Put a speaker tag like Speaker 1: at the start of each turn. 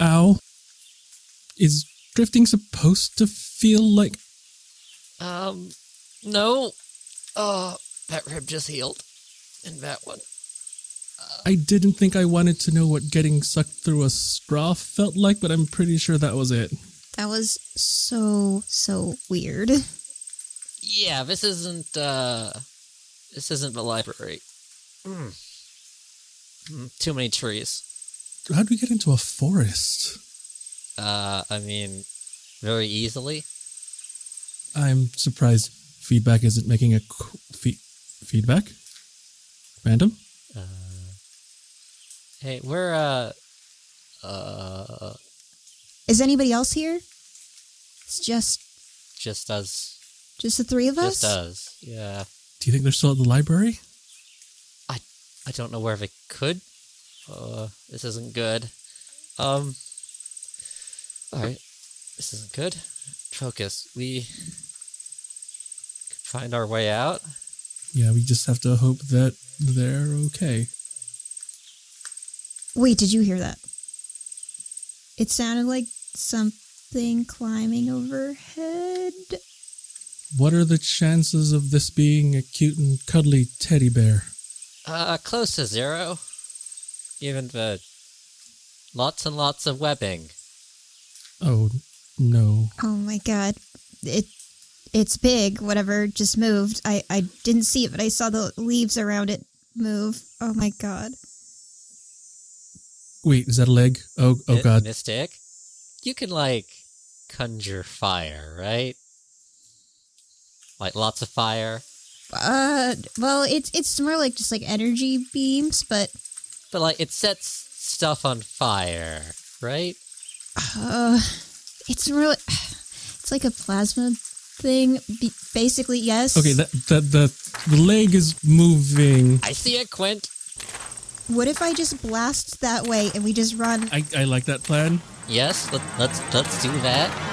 Speaker 1: Ow. Is drifting supposed to feel like.
Speaker 2: Um, no. Uh, that rib just healed. And that one.
Speaker 1: I didn't think I wanted to know what getting sucked through a straw felt like, but I'm pretty sure that was it.
Speaker 3: That was so, so weird.
Speaker 2: Yeah, this isn't, uh, this isn't the library. Mm. Mm, Too many trees.
Speaker 1: How'd we get into a forest?
Speaker 2: Uh, I mean, very easily.
Speaker 1: I'm surprised feedback isn't making a qu- fe- feedback. Random.
Speaker 2: Uh, hey, we're, uh, uh,
Speaker 3: Is anybody else here? It's just
Speaker 2: just us.
Speaker 3: just the three of us.
Speaker 2: Just uh, us. Yeah.
Speaker 1: Do you think they're still at the library?
Speaker 2: I don't know where they could. Uh, this isn't good. Um. All right, this isn't good. Focus. We could find our way out.
Speaker 1: Yeah, we just have to hope that they're okay.
Speaker 3: Wait, did you hear that? It sounded like something climbing overhead.
Speaker 1: What are the chances of this being a cute and cuddly teddy bear?
Speaker 2: Uh, close to zero. Even the lots and lots of webbing.
Speaker 1: Oh, no.
Speaker 3: Oh my god. It it's big, whatever just moved. I I didn't see it, but I saw the leaves around it move. Oh my god.
Speaker 1: Wait, is that a leg? Oh, oh
Speaker 2: Mi-
Speaker 1: god.
Speaker 2: Mystic, you can like conjure fire, right? Like lots of fire,
Speaker 3: Uh well, it's it's more like just like energy beams, but
Speaker 2: but like it sets stuff on fire, right?
Speaker 3: Uh, it's really, it's like a plasma thing. B- basically, yes.
Speaker 1: Okay, that, that the the leg is moving.
Speaker 2: I see it, Quint.
Speaker 3: what if I just blast that way and we just run?
Speaker 1: I, I like that plan.
Speaker 2: Yes, let, let's let's do that.